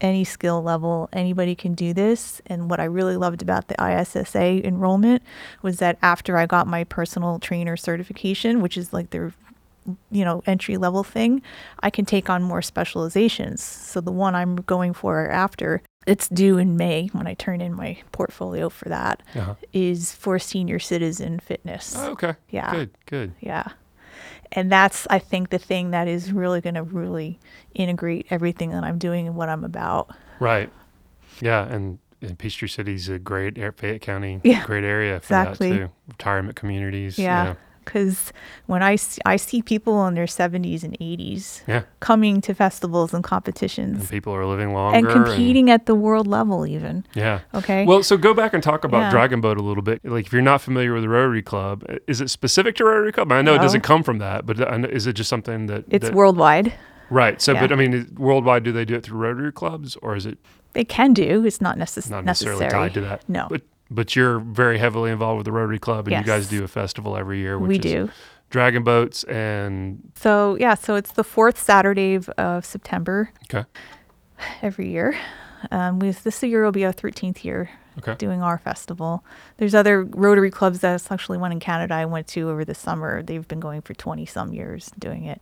B: any skill level, anybody can do this. And what I really loved about the ISSA enrollment was that after I got my personal trainer certification, which is like their you know entry level thing, I can take on more specializations. So the one I'm going for after it's due in May when I turn in my portfolio for that
A: Uh-huh.
B: is for senior citizen fitness.
A: Oh, okay.
B: Yeah.
A: Good. Good.
B: Yeah. And that's, I think, the thing that is really going to really integrate everything that I'm doing and what I'm about.
A: Right. Yeah. And, and Peachtree City's a great, air, Fayette County,
B: Yeah,
A: great area for
B: exactly.
A: that too. Retirement communities.
B: Yeah. Because when I, s- I see people in their 70s and 80s
A: Yeah.
B: coming to festivals and
A: And
B: competitions
A: people are living longer
B: and competing at the world level, even.
A: yeah.
B: Okay.
A: Well, so go back and talk about
B: Yeah.
A: Dragon Boat a little bit. Like, if you're not familiar with the Rotary Club, i- is it specific to Rotary Club? I know it
B: No.
A: doesn't come from that, but I know- is it just something that
B: it's
A: that-
B: worldwide.
A: right? So,
B: yeah.
A: but I mean, is- worldwide, do they do it through Rotary clubs, or is it
B: They can do. It's not, necess-
A: not necessarily
B: necessary.
A: tied to that?
B: No.
A: But but you're very heavily involved with the Rotary Club, and you guys
B: Yes.
A: do a festival every year. Which
B: we
A: is
B: do.
A: Dragon Boats and
B: So, yeah. So it's the fourth Saturday of- of September
A: okay,
B: every year. Um, we, this year will be our 13th year
A: okay,
B: doing our festival. There's other Rotary clubs. That's actually one in Canada I went to over the summer. They've been going for 20 some years doing it.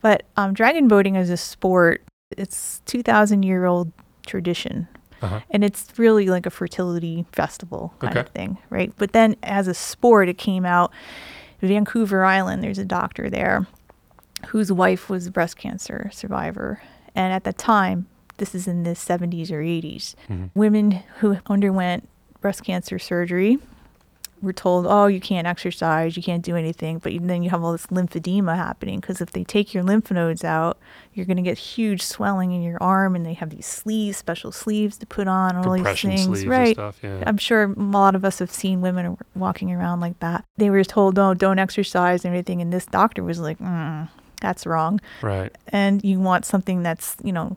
B: But um, dragon boating is a sport. It's 2,000 year old tradition.
A: Uh-huh.
B: And it's really like a fertility festival kind
A: Okay.
B: of thing, right? But then as a sport, it came out Vancouver Island. There's a doctor there whose wife was a breast cancer survivor. And at the time, this is in the 70s or 80s,
A: Mhm.
B: women who underwent breast cancer surgery were told, oh, you can't exercise, you can't do anything. But then you have all this lymphedema happening because if they take your lymph nodes out, you're going to get huge swelling in your arm. And they have these sleeves, special sleeves to put on, all
A: compression
B: these things.
A: sleeves and
B: right. Um,
A: stuff. Yeah,
B: I'm sure a lot of us have seen women ar- walking around like that. They were told, no, don't exercise and everything. And this doctor was like, mm, that's wrong.
A: right.
B: And you want something that's, you know,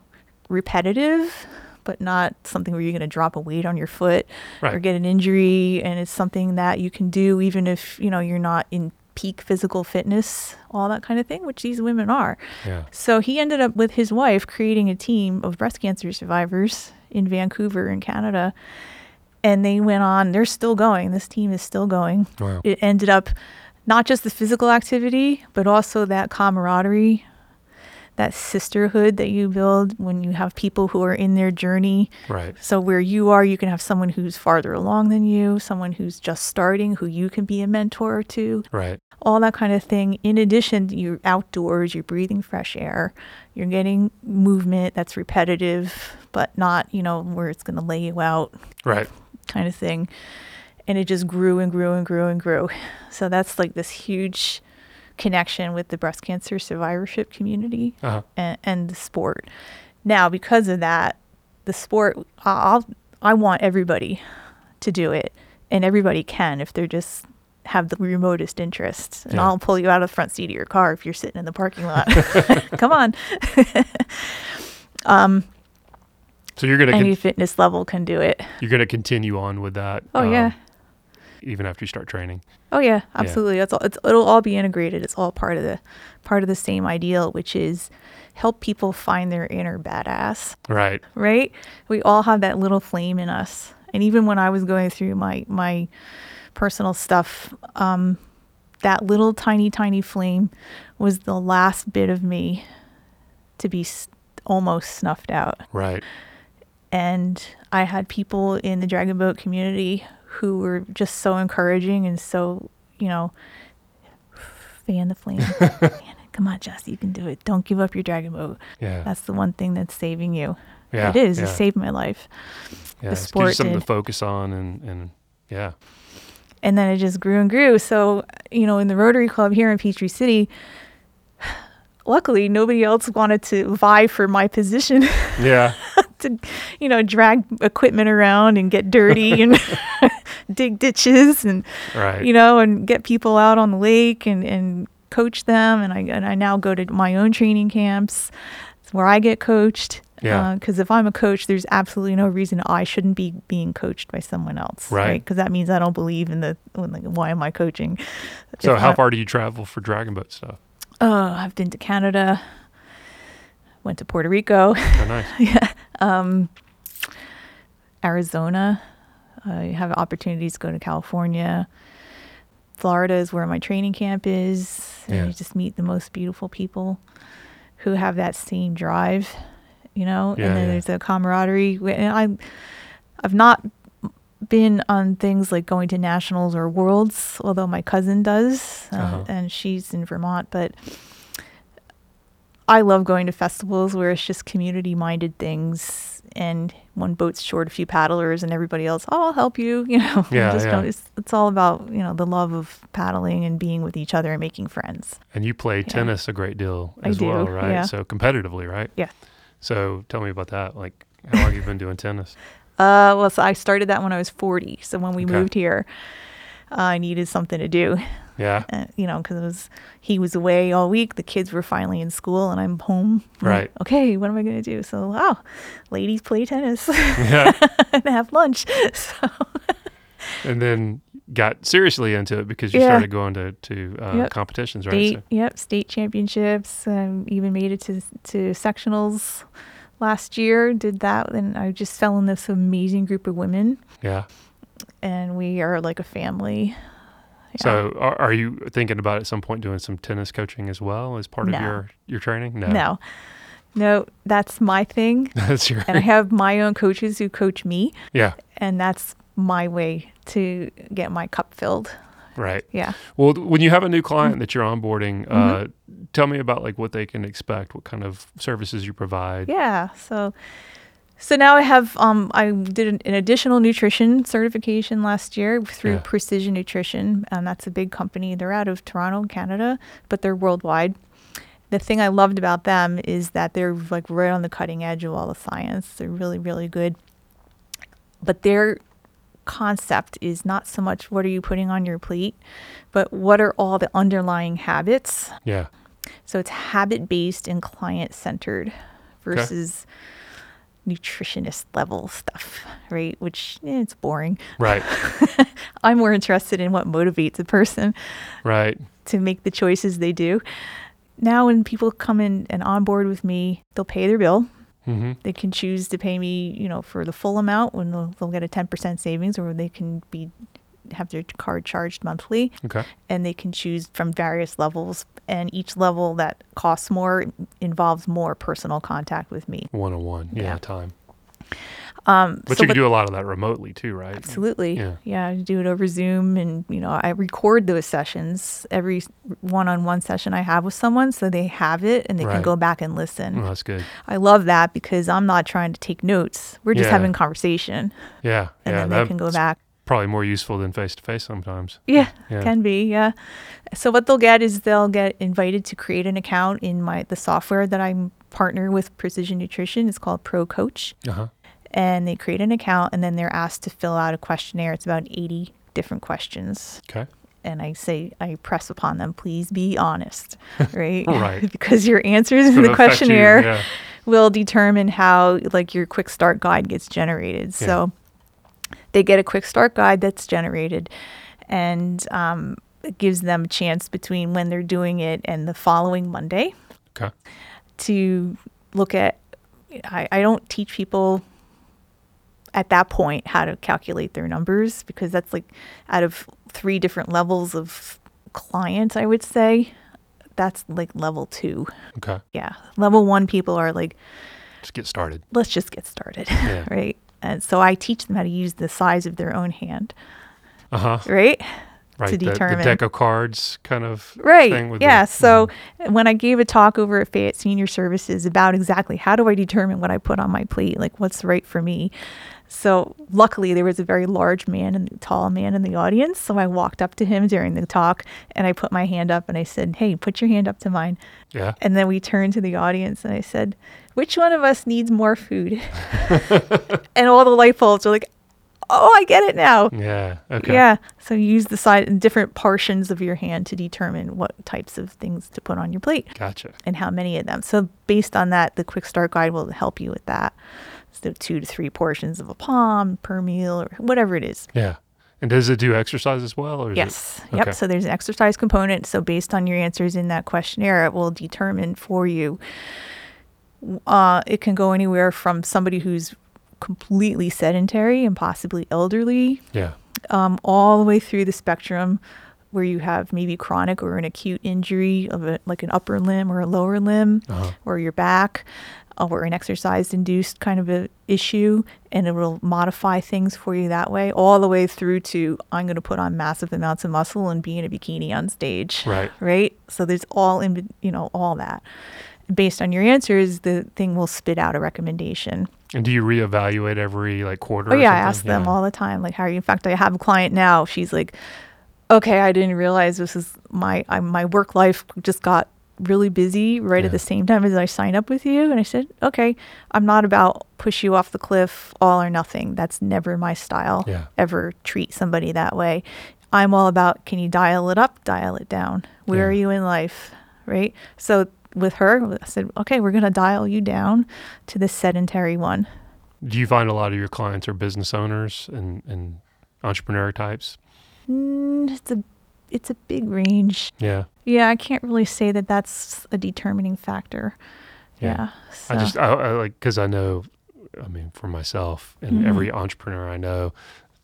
B: repetitive, but not something where you're going to drop a weight on your foot or
A: Right.
B: get an injury. And it's something that you can do even if, you know, you're not in peak physical fitness, all that kind of thing, which these women are.
A: Yeah.
B: So he ended up with his wife creating a team of breast cancer survivors in Vancouver in Canada. And they went on, they're still going. This team is still going.
A: Wow.
B: It ended up not just the physical activity, but also that camaraderie, that sisterhood that you build when you have people who are in their journey.
A: Right.
B: So, where you are, you can have someone who's farther along than you, someone who's just starting, who you can be a mentor to
A: Right.
B: all that kind of thing. In addition, you're outdoors, you're breathing fresh air, you're getting movement that's repetitive, but not, you know, where it's going to lay you out
A: Right.
B: kind of thing. And it just grew and grew and grew and grew. So that's like this huge connection with the breast cancer survivorship community
A: Uh huh.
B: and, and the sport. Now, because of that, the sport, I- I'll, I want everybody to do it, and everybody can if they're just have the remotest interest. And
A: Yeah.
B: I'll pull you out of the front seat of your car if you're sitting (laughs) in the parking lot. Come on.
A: So you're gonna
B: Um, Any
A: con-
B: fitness level can do it.
A: you're gonna continue on with that.
B: Oh,
A: um,
B: yeah.
A: Even after you start training.
B: Oh yeah, absolutely. That's all. It's, it'll all be integrated. It's all part of the part of the same ideal, which is help people find their inner badass.
A: Right.
B: Right? We all have that little flame in us. And even when I was going through my my personal stuff, um, that little tiny tiny flame was the last bit of me to be s- almost snuffed out
A: Right.
B: and I had people in the Dragon Boat community who were just so encouraging and so, you know, fan
A: (laughs)
B: the flame. Fan it. Come on, Jess, you can do it. Don't give up your Dragon Boat.
A: Yeah.
B: That's the one thing that's saving you.
A: yeah.
B: it is.
A: Yeah.
B: It saved my life.
A: yeah.
B: the
A: Just gives you
B: sport
A: something to
B: did.
A: focus on and and yeah.
B: and then it just grew and grew. So, you know, in the Rotary Club here in Peachtree City, luckily nobody else wanted to vie for my position (laughs)
A: Yeah.
B: to, you know, drag equipment around and
A: (laughs)
B: get dirty and (laughs) dig ditches and,
A: Right.
B: you know, and get people out on the lake and, and coach them. And I, and I now go to my own training camps where I get coached.
A: Yeah.
B: Because if I'm a coach, there's absolutely no reason I shouldn't be being coached by someone else.
A: Right.
B: Because that means I don't believe in the, when, like, why am I coaching?
A: so
B: If
A: how
B: I-
A: far do you travel for Dragon Boat stuff?
B: Oh, I've been to Canada, went to Puerto Rico,
A: Oh, nice.
B: Um, Arizona. I have opportunities to go to California. Florida is where my training camp is.
A: Yeah.
B: And you just meet the most beautiful people who have that same drive, you know.
A: Yeah,
B: and then
A: yeah.
B: there's a camaraderie. We- And I, I've not been on things like going to nationals or worlds, although my cousin does, uh,
A: Uh-huh.
B: and she's in Vermont. But I love going to festivals where it's just community-minded things, and one boat's short, a few paddlers, and everybody else, oh, I'll help you. (laughs) You know,
A: Yeah,
B: just
A: yeah.
B: don't- it's, it's all about you know the love of paddling and being with each other and making friends.
A: And you play tennis a great deal
B: I
A: as well,
B: do,
A: right?
B: yeah.
A: So competitively, right?
B: Yeah.
A: So tell me about that. Like, how long have you been doing tennis?
B: Uh, well, so I started that when I was 40. So when we
A: Okay.
B: moved here, uh, I needed something to do.
A: Yeah.
B: uh, you know, because it was he was away all week. The kids were finally in school, and I'm home. I'm like,
A: Right.
B: okay, what am I going to do? So, wow, ladies play
A: (laughs)
B: tennis
A: Yeah.
B: (laughs) and have lunch. (laughs) So,
A: and then got seriously into it because you
B: Yeah.
A: started going to to uh,
B: Yep.
A: competitions, right?
B: state,
A: So-
B: yep, state championships. Um, even made it to to sectionals last year. Did that, and I just fell in this amazing group of women,
A: yeah.
B: and we are like a family. Yeah.
A: So are, are you thinking about at some point doing some tennis coaching as well as part
B: No.
A: of your your training? No.
B: no, no, that's my thing,
A: (laughs) That's your
B: and I have my own coaches who coach me.
A: yeah.
B: and that's my way to get my cup filled.
A: (laughs) Right.
B: Yeah.
A: Well, th- when you have a new
B: Mm-hmm.
A: client that you're onboarding, uh, tell me about like what they can expect, what kind of services you provide.
B: Yeah. So so now I have um I did an, an additional nutrition certification last year through
A: Yeah.
B: Precision Nutrition. Um, that's a big company. They're out of Toronto, Canada, but they're worldwide. The thing I loved about them is that they're like right on the cutting edge of all the science. They're really really good. But their concept is not so much what are you putting on your plate, but what are all the underlying habits
A: Yeah.
B: So it's habit based and client centered versus nutritionist level stuff, right? Which eh, it's boring.
A: Right.
B: I'm more interested in what motivates a person
A: right.
B: to make the choices they do. Now, when people come in and onboard with me, they'll pay their bill.
A: hmm
B: They can choose to pay me, you know, for the full amount when they'll, they'll get a 10% savings, or they can be have their card charged monthly
A: Okay.
B: and they can choose from various levels and each level that costs more involves more personal contact with me
A: One on one. Yeah.
B: Yeah.
A: Time.
B: um
A: But
B: so-
A: you can do a lot of that remotely too, right?
B: absolutely
A: Yeah.
B: yeah. I do it over zoom and you know i record those sessions every s- one-on-one session i have with someone so they have it and they
A: Right.
B: can go back and listen
A: Oh, that's good.
B: i love that because i'm not trying to take notes we're just
A: Yeah.
B: having conversation
A: Yeah.
B: and
A: yeah.
B: then they
A: That's
B: can go back
A: probably more useful than face to face sometimes.
B: Yeah,
A: Yeah.
B: can be. Yeah. So what they'll get is they'll get invited to create an account in my the software that I'm partner with Precision Nutrition. It's called Pro Coach,
A: Uh
B: (laughs)
A: huh.
B: and they create an account and then they're asked to fill out a questionnaire. It's about 80 different questions.
A: Okay.
B: And I say, I press (laughs) upon them, please be honest, right?
A: Right.
B: (laughs) because your answers in
A: Gonna affect
B: the
A: you,
B: questionnaire
A: yeah.
B: will determine how like your quick start guide gets generated. So they get a quick start guide that's generated, and um, it gives them a chance between when they're doing it and the following Monday
A: Okay.
B: to look at. I, I don't teach people at that point how to calculate their numbers because that's like out of three different levels of clients, I would say that's like level two.
A: Okay.
B: Yeah. Level one people are like,
A: Just get started.
B: let's just get started. (laughs)
A: Yeah.
B: right. And so I teach them how to use the size of their own hand.
A: Uh huh.
B: Right.
A: Right. the- The,
B: determine.
A: deck of cards kind of thing
B: Right.
A: with
B: Yeah.
A: the-
B: so when I gave a talk over at Fayette Senior Services about exactly how do I determine what I put on my plate, like what's right for me. So luckily there was a very large man and tall man in the audience. So I walked up to him during the talk and I put my hand up and I said, Hey, put your hand up to mine.
A: hmm, yeah.
B: And then we turned to the audience and I said, Which one of us needs more food? and all the light bulbs were like, Oh, I get it now.
A: Yeah. Okay.
B: Yeah. So you use the side and different portions of your hand to determine what types of things to put on your plate
A: Gotcha.
B: and how many of them. So based on that, the quick start guide will help you with that. So two to three portions of a palm per meal or whatever it is.
A: Yeah. And does it do exercise as well? Or is
B: Yes.
A: It,
B: Yep.
A: okay.
B: So there's an exercise component. So based on your answers in that questionnaire, it will determine for you. Uh, it can go anywhere from somebody who's completely sedentary and possibly elderly,
A: Yeah.
B: um, all the way through the spectrum, where you have maybe chronic or an acute injury of a, like an upper limb or a lower limb,
A: Uh-huh.
B: or your back, uh, or an exercise-induced kind of a issue, and it will modify things for you that way. All the way through to I'm going to put on massive amounts of muscle and be in a bikini on stage
A: Right.
B: right? So there's all in, bet- you know, all that. Based on your answers, the thing will spit out a recommendation.
A: And do you reevaluate every like quarter?
B: Oh
A: or
B: yeah, I
A: something?
B: ask them
A: Yeah.
B: all the time, like, how are you? In fact, I have a client now. She's like, okay, I didn't realize this is my I, my work life just got really busy right
A: Yeah.
B: at the same time as I signed up with you. And I said, okay, I'm not about push you off the cliff, all or nothing. That's never my style.
A: Yeah.
B: Ever treat somebody that way. I'm all about can you dial it up, dial it down. Where
A: Yeah.
B: are you in life, right? So with her, I said, okay, we're gonna dial you down to the sedentary one.
A: Do you find a lot of your clients are business owners and and entrepreneur types?
B: Mm, it's a it's a big range.
A: Yeah.
B: Yeah, I can't really say that that's a determining factor.
A: Yeah.
B: Yeah. so.
A: I just I, I like because I know, I mean, for myself and
B: Mhm.
A: every entrepreneur I know,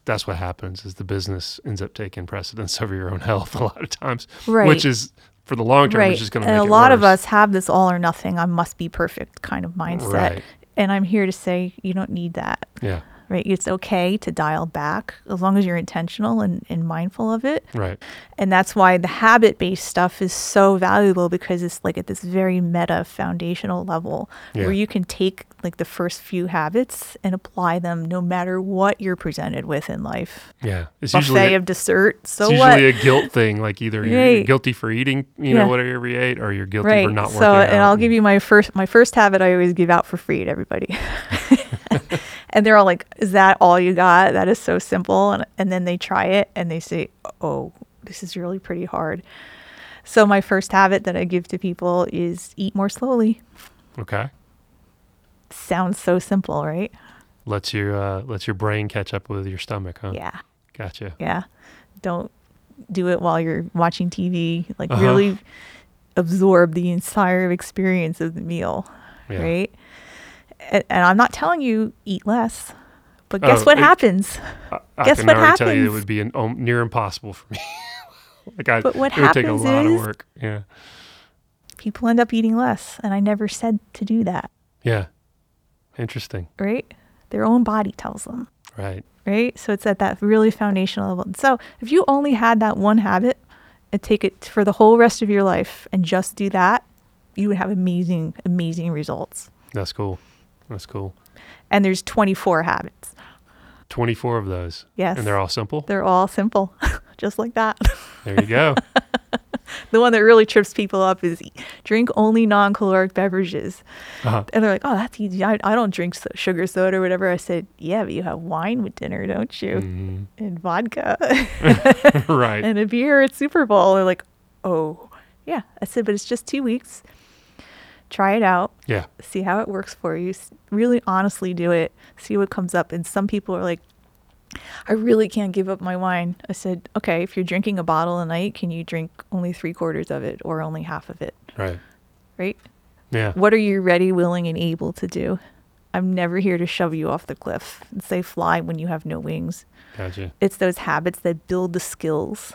A: that's what happens is the business ends up taking precedence (laughs) over your own health a lot of times,
B: right.
A: which is for the long term,
B: right.
A: which is going to
B: and
A: make
B: a
A: it
B: lot of
A: worse.
B: us have this all or nothing, I must be perfect kind of mindset.
A: Right.
B: And I'm here to say you don't need that.
A: Yeah.
B: Right. It's okay to dial back as long as you're intentional and, and mindful of it.
A: Right.
B: And that's why the habit based stuff is so valuable because it's like at this very meta foundational level
A: Yeah.
B: where you can take like the first few habits and apply them no matter what you're presented with in life.
A: Yeah. It's
B: Buffet
A: usually
B: of dessert.
A: it's
B: So what?
A: usually a guilt thing. Like either you're, you're
B: Right.
A: guilty for eating, you
B: Yeah.
A: know, whatever you ate, or you're guilty
B: right.
A: for not working
B: so
A: out.
B: and I'll give you my first my first habit I always give out for free to everybody. (laughs)
A: (laughs)
B: and they're all like, Is that all you got? That is so simple. And and then they try it and they say, Oh, this is really pretty hard. So my first habit that I give to people is eat more slowly.
A: Okay.
B: Sounds so simple, right?
A: Let your uh, let your brain catch up with your stomach, huh?
B: Yeah.
A: Gotcha.
B: Yeah. Don't do it while you're watching TV. Like
A: Uh-huh.
B: really absorb the entire experience of the meal.
A: Yeah.
B: right? And, and I'm not telling you eat less, but guess
A: Oh,
B: what
A: it-
B: happens?
A: I, I
B: Guess
A: can
B: what
A: already tell you it
B: happens?
A: would be an, um, near impossible for me. (laughs) like I,
B: But what
A: it would take a
B: happens
A: lot of
B: is-
A: work. Yeah.
B: People end up eating less, and I never said to do that,
A: Yeah. Interesting.
B: right? Their own body tells them,
A: Right.
B: right? So it's at that really foundational level. So if you only had that one habit and take it for the whole rest of your life and just do that, you would have amazing, amazing results.
A: That's cool. That's cool.
B: And there's 24 habits.
A: 24 of those.
B: Yes.
A: And they're all simple.
B: They're all simple, (laughs) just like that.
A: there you go.
B: The one that really trips people up is drink only non caloric beverages.
A: Uh-huh.
B: And they're like, oh, that's easy. I, I don't drink so- sugar soda or whatever. I said, yeah, but you have wine with dinner, don't you?
A: Mhm.
B: And vodka
A: Mm-hmm. (laughs) right.
B: and a beer at Super Bowl. They're like, oh, yeah. I said, but it's just two weeks. try it out,
A: Yeah.
B: see how it works for you. S- Really honestly do it, see what comes up. And some people are like, I really can't give up my wine. I said, okay, if you're drinking a bottle a night, can you drink only three quarters of it or only half of it?
A: Right.
B: Right?
A: Yeah.
B: What are you ready, willing, and able to do? I'm never here to shove you off the cliff and say fly when you have no wings.
A: Gotcha.
B: It's those habits that build the skills.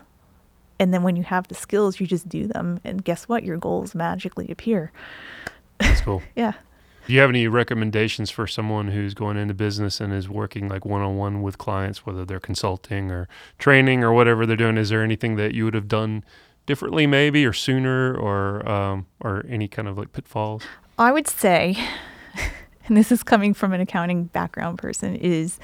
B: And then when you have the skills, you just do them. And guess what? Your goals magically appear.
A: That's cool.
B: (laughs) Yeah.
A: Do you have any recommendations for someone who's going into business and is working like one on one with clients, whether they're consulting or training or whatever they're doing? Is there anything that you would have done differently, maybe, or sooner, or um, or any kind of like pitfalls?
B: I would say, (laughs) and this is coming from an accounting background person, is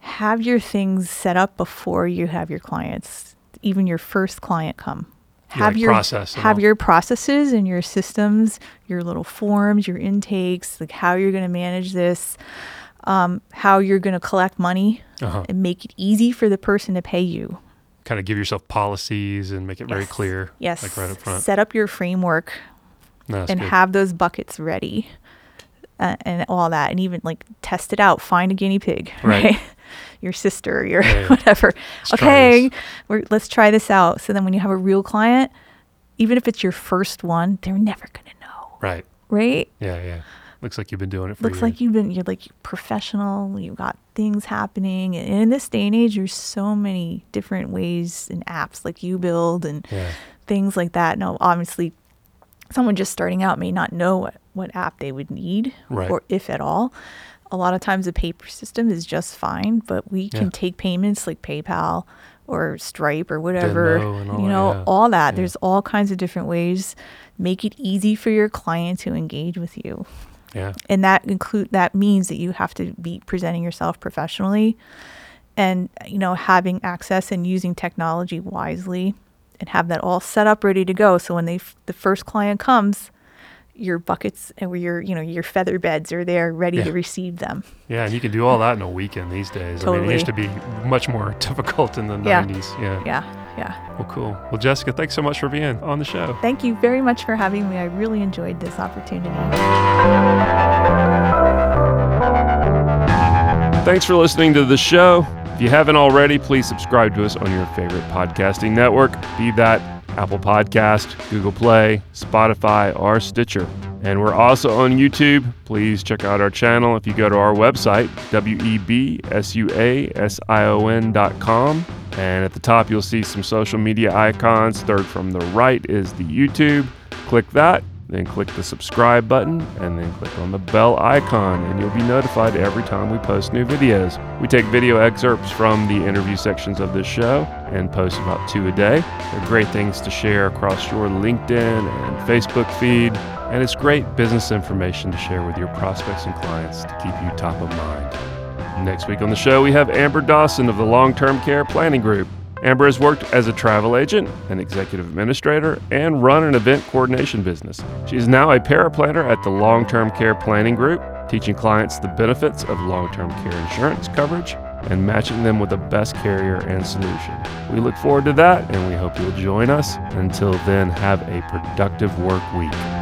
B: have your things set up before you have your clients, even your first client come.
A: Yeah,
B: Have
A: like
B: your
A: process and
B: have
A: all.
B: your processes and your systems, your little forms, your intakes, like how you're going to manage this, um, how you're going to collect money,
A: Uh-huh.
B: and make it easy for the person to pay you.
A: Kind of give yourself policies and make it very
B: Yes.
A: clear.
B: Yes.
A: Like right up front.
B: Set up your framework
A: No, that's
B: and
A: good.
B: have those buckets ready uh, and all that and even like test it out find a guinea pig
A: Right.
B: right, (laughs) your sister your
A: Yeah, yeah.
B: (laughs) whatever
A: Let's try
B: okay
A: this.
B: we're, let's try this out so then when you have a real client even if it's your first one they're never going to know
A: right.
B: right
A: Yeah. Yeah. Looks like you've been doing it for
B: looks
A: years.
B: like you've been you're like professional you've got things happening and in this day and age there's so many different ways and apps like you build and
A: Yeah.
B: things like that now obviously someone just starting out may not know what, what app they would need
A: Right.
B: or if at all a lot of times a paper system is just fine but we
A: Yeah.
B: can take payments like paypal or stripe or whatever
A: Venmo and all
B: you
A: that,
B: know
A: yeah.
B: all that
A: Yeah.
B: there's all kinds of different ways make it easy for your client to engage with you
A: Yeah.
B: and that include that means that you have to be presenting yourself professionally and you know having access and using technology wisely and have that all set up ready to go so when they f- the first client comes your buckets and where your you know your feather beds are there ready
A: Yeah.
B: to receive them
A: Yeah, and you can do all that in a weekend these days. I mean, it used to be
B: Totally.
A: much more (laughs) difficult in the
B: Yeah.
A: 90s. Yeah.
B: yeah yeah
A: Well, cool. Well, Jessica, thanks so much for being on the show.
B: thank you very much for having me i really enjoyed this opportunity
A: Thanks for listening to the show. If you haven't already, please subscribe to us on your favorite podcasting network be that Apple Podcast, Google Play, Spotify, or Stitcher. And we're also on YouTube. Please check out our channel if you go to our website, E websuasion.com. And at the top, you'll see some social media icons. Third from the right is the YouTube. Click that then click the subscribe button and then click on the bell icon and you'll be notified every time we post new videos. We take video excerpts from the interview sections of this show and post about two a day. They're great things to share across your LinkedIn and Facebook feed and it's great business information to share with your prospects and clients to keep you top of mind. Next week on the show, we have Amber Dawson of the Long Term Care Planning Group. Amber has worked as a travel agent, an executive administrator, and run an event coordination business. She is now a paraplanner at the Long Term Care Planning Group, teaching clients the benefits of long term care insurance coverage and matching them with the best carrier and solution. We look forward to that and we hope you'll join us. Until then, have a productive work week.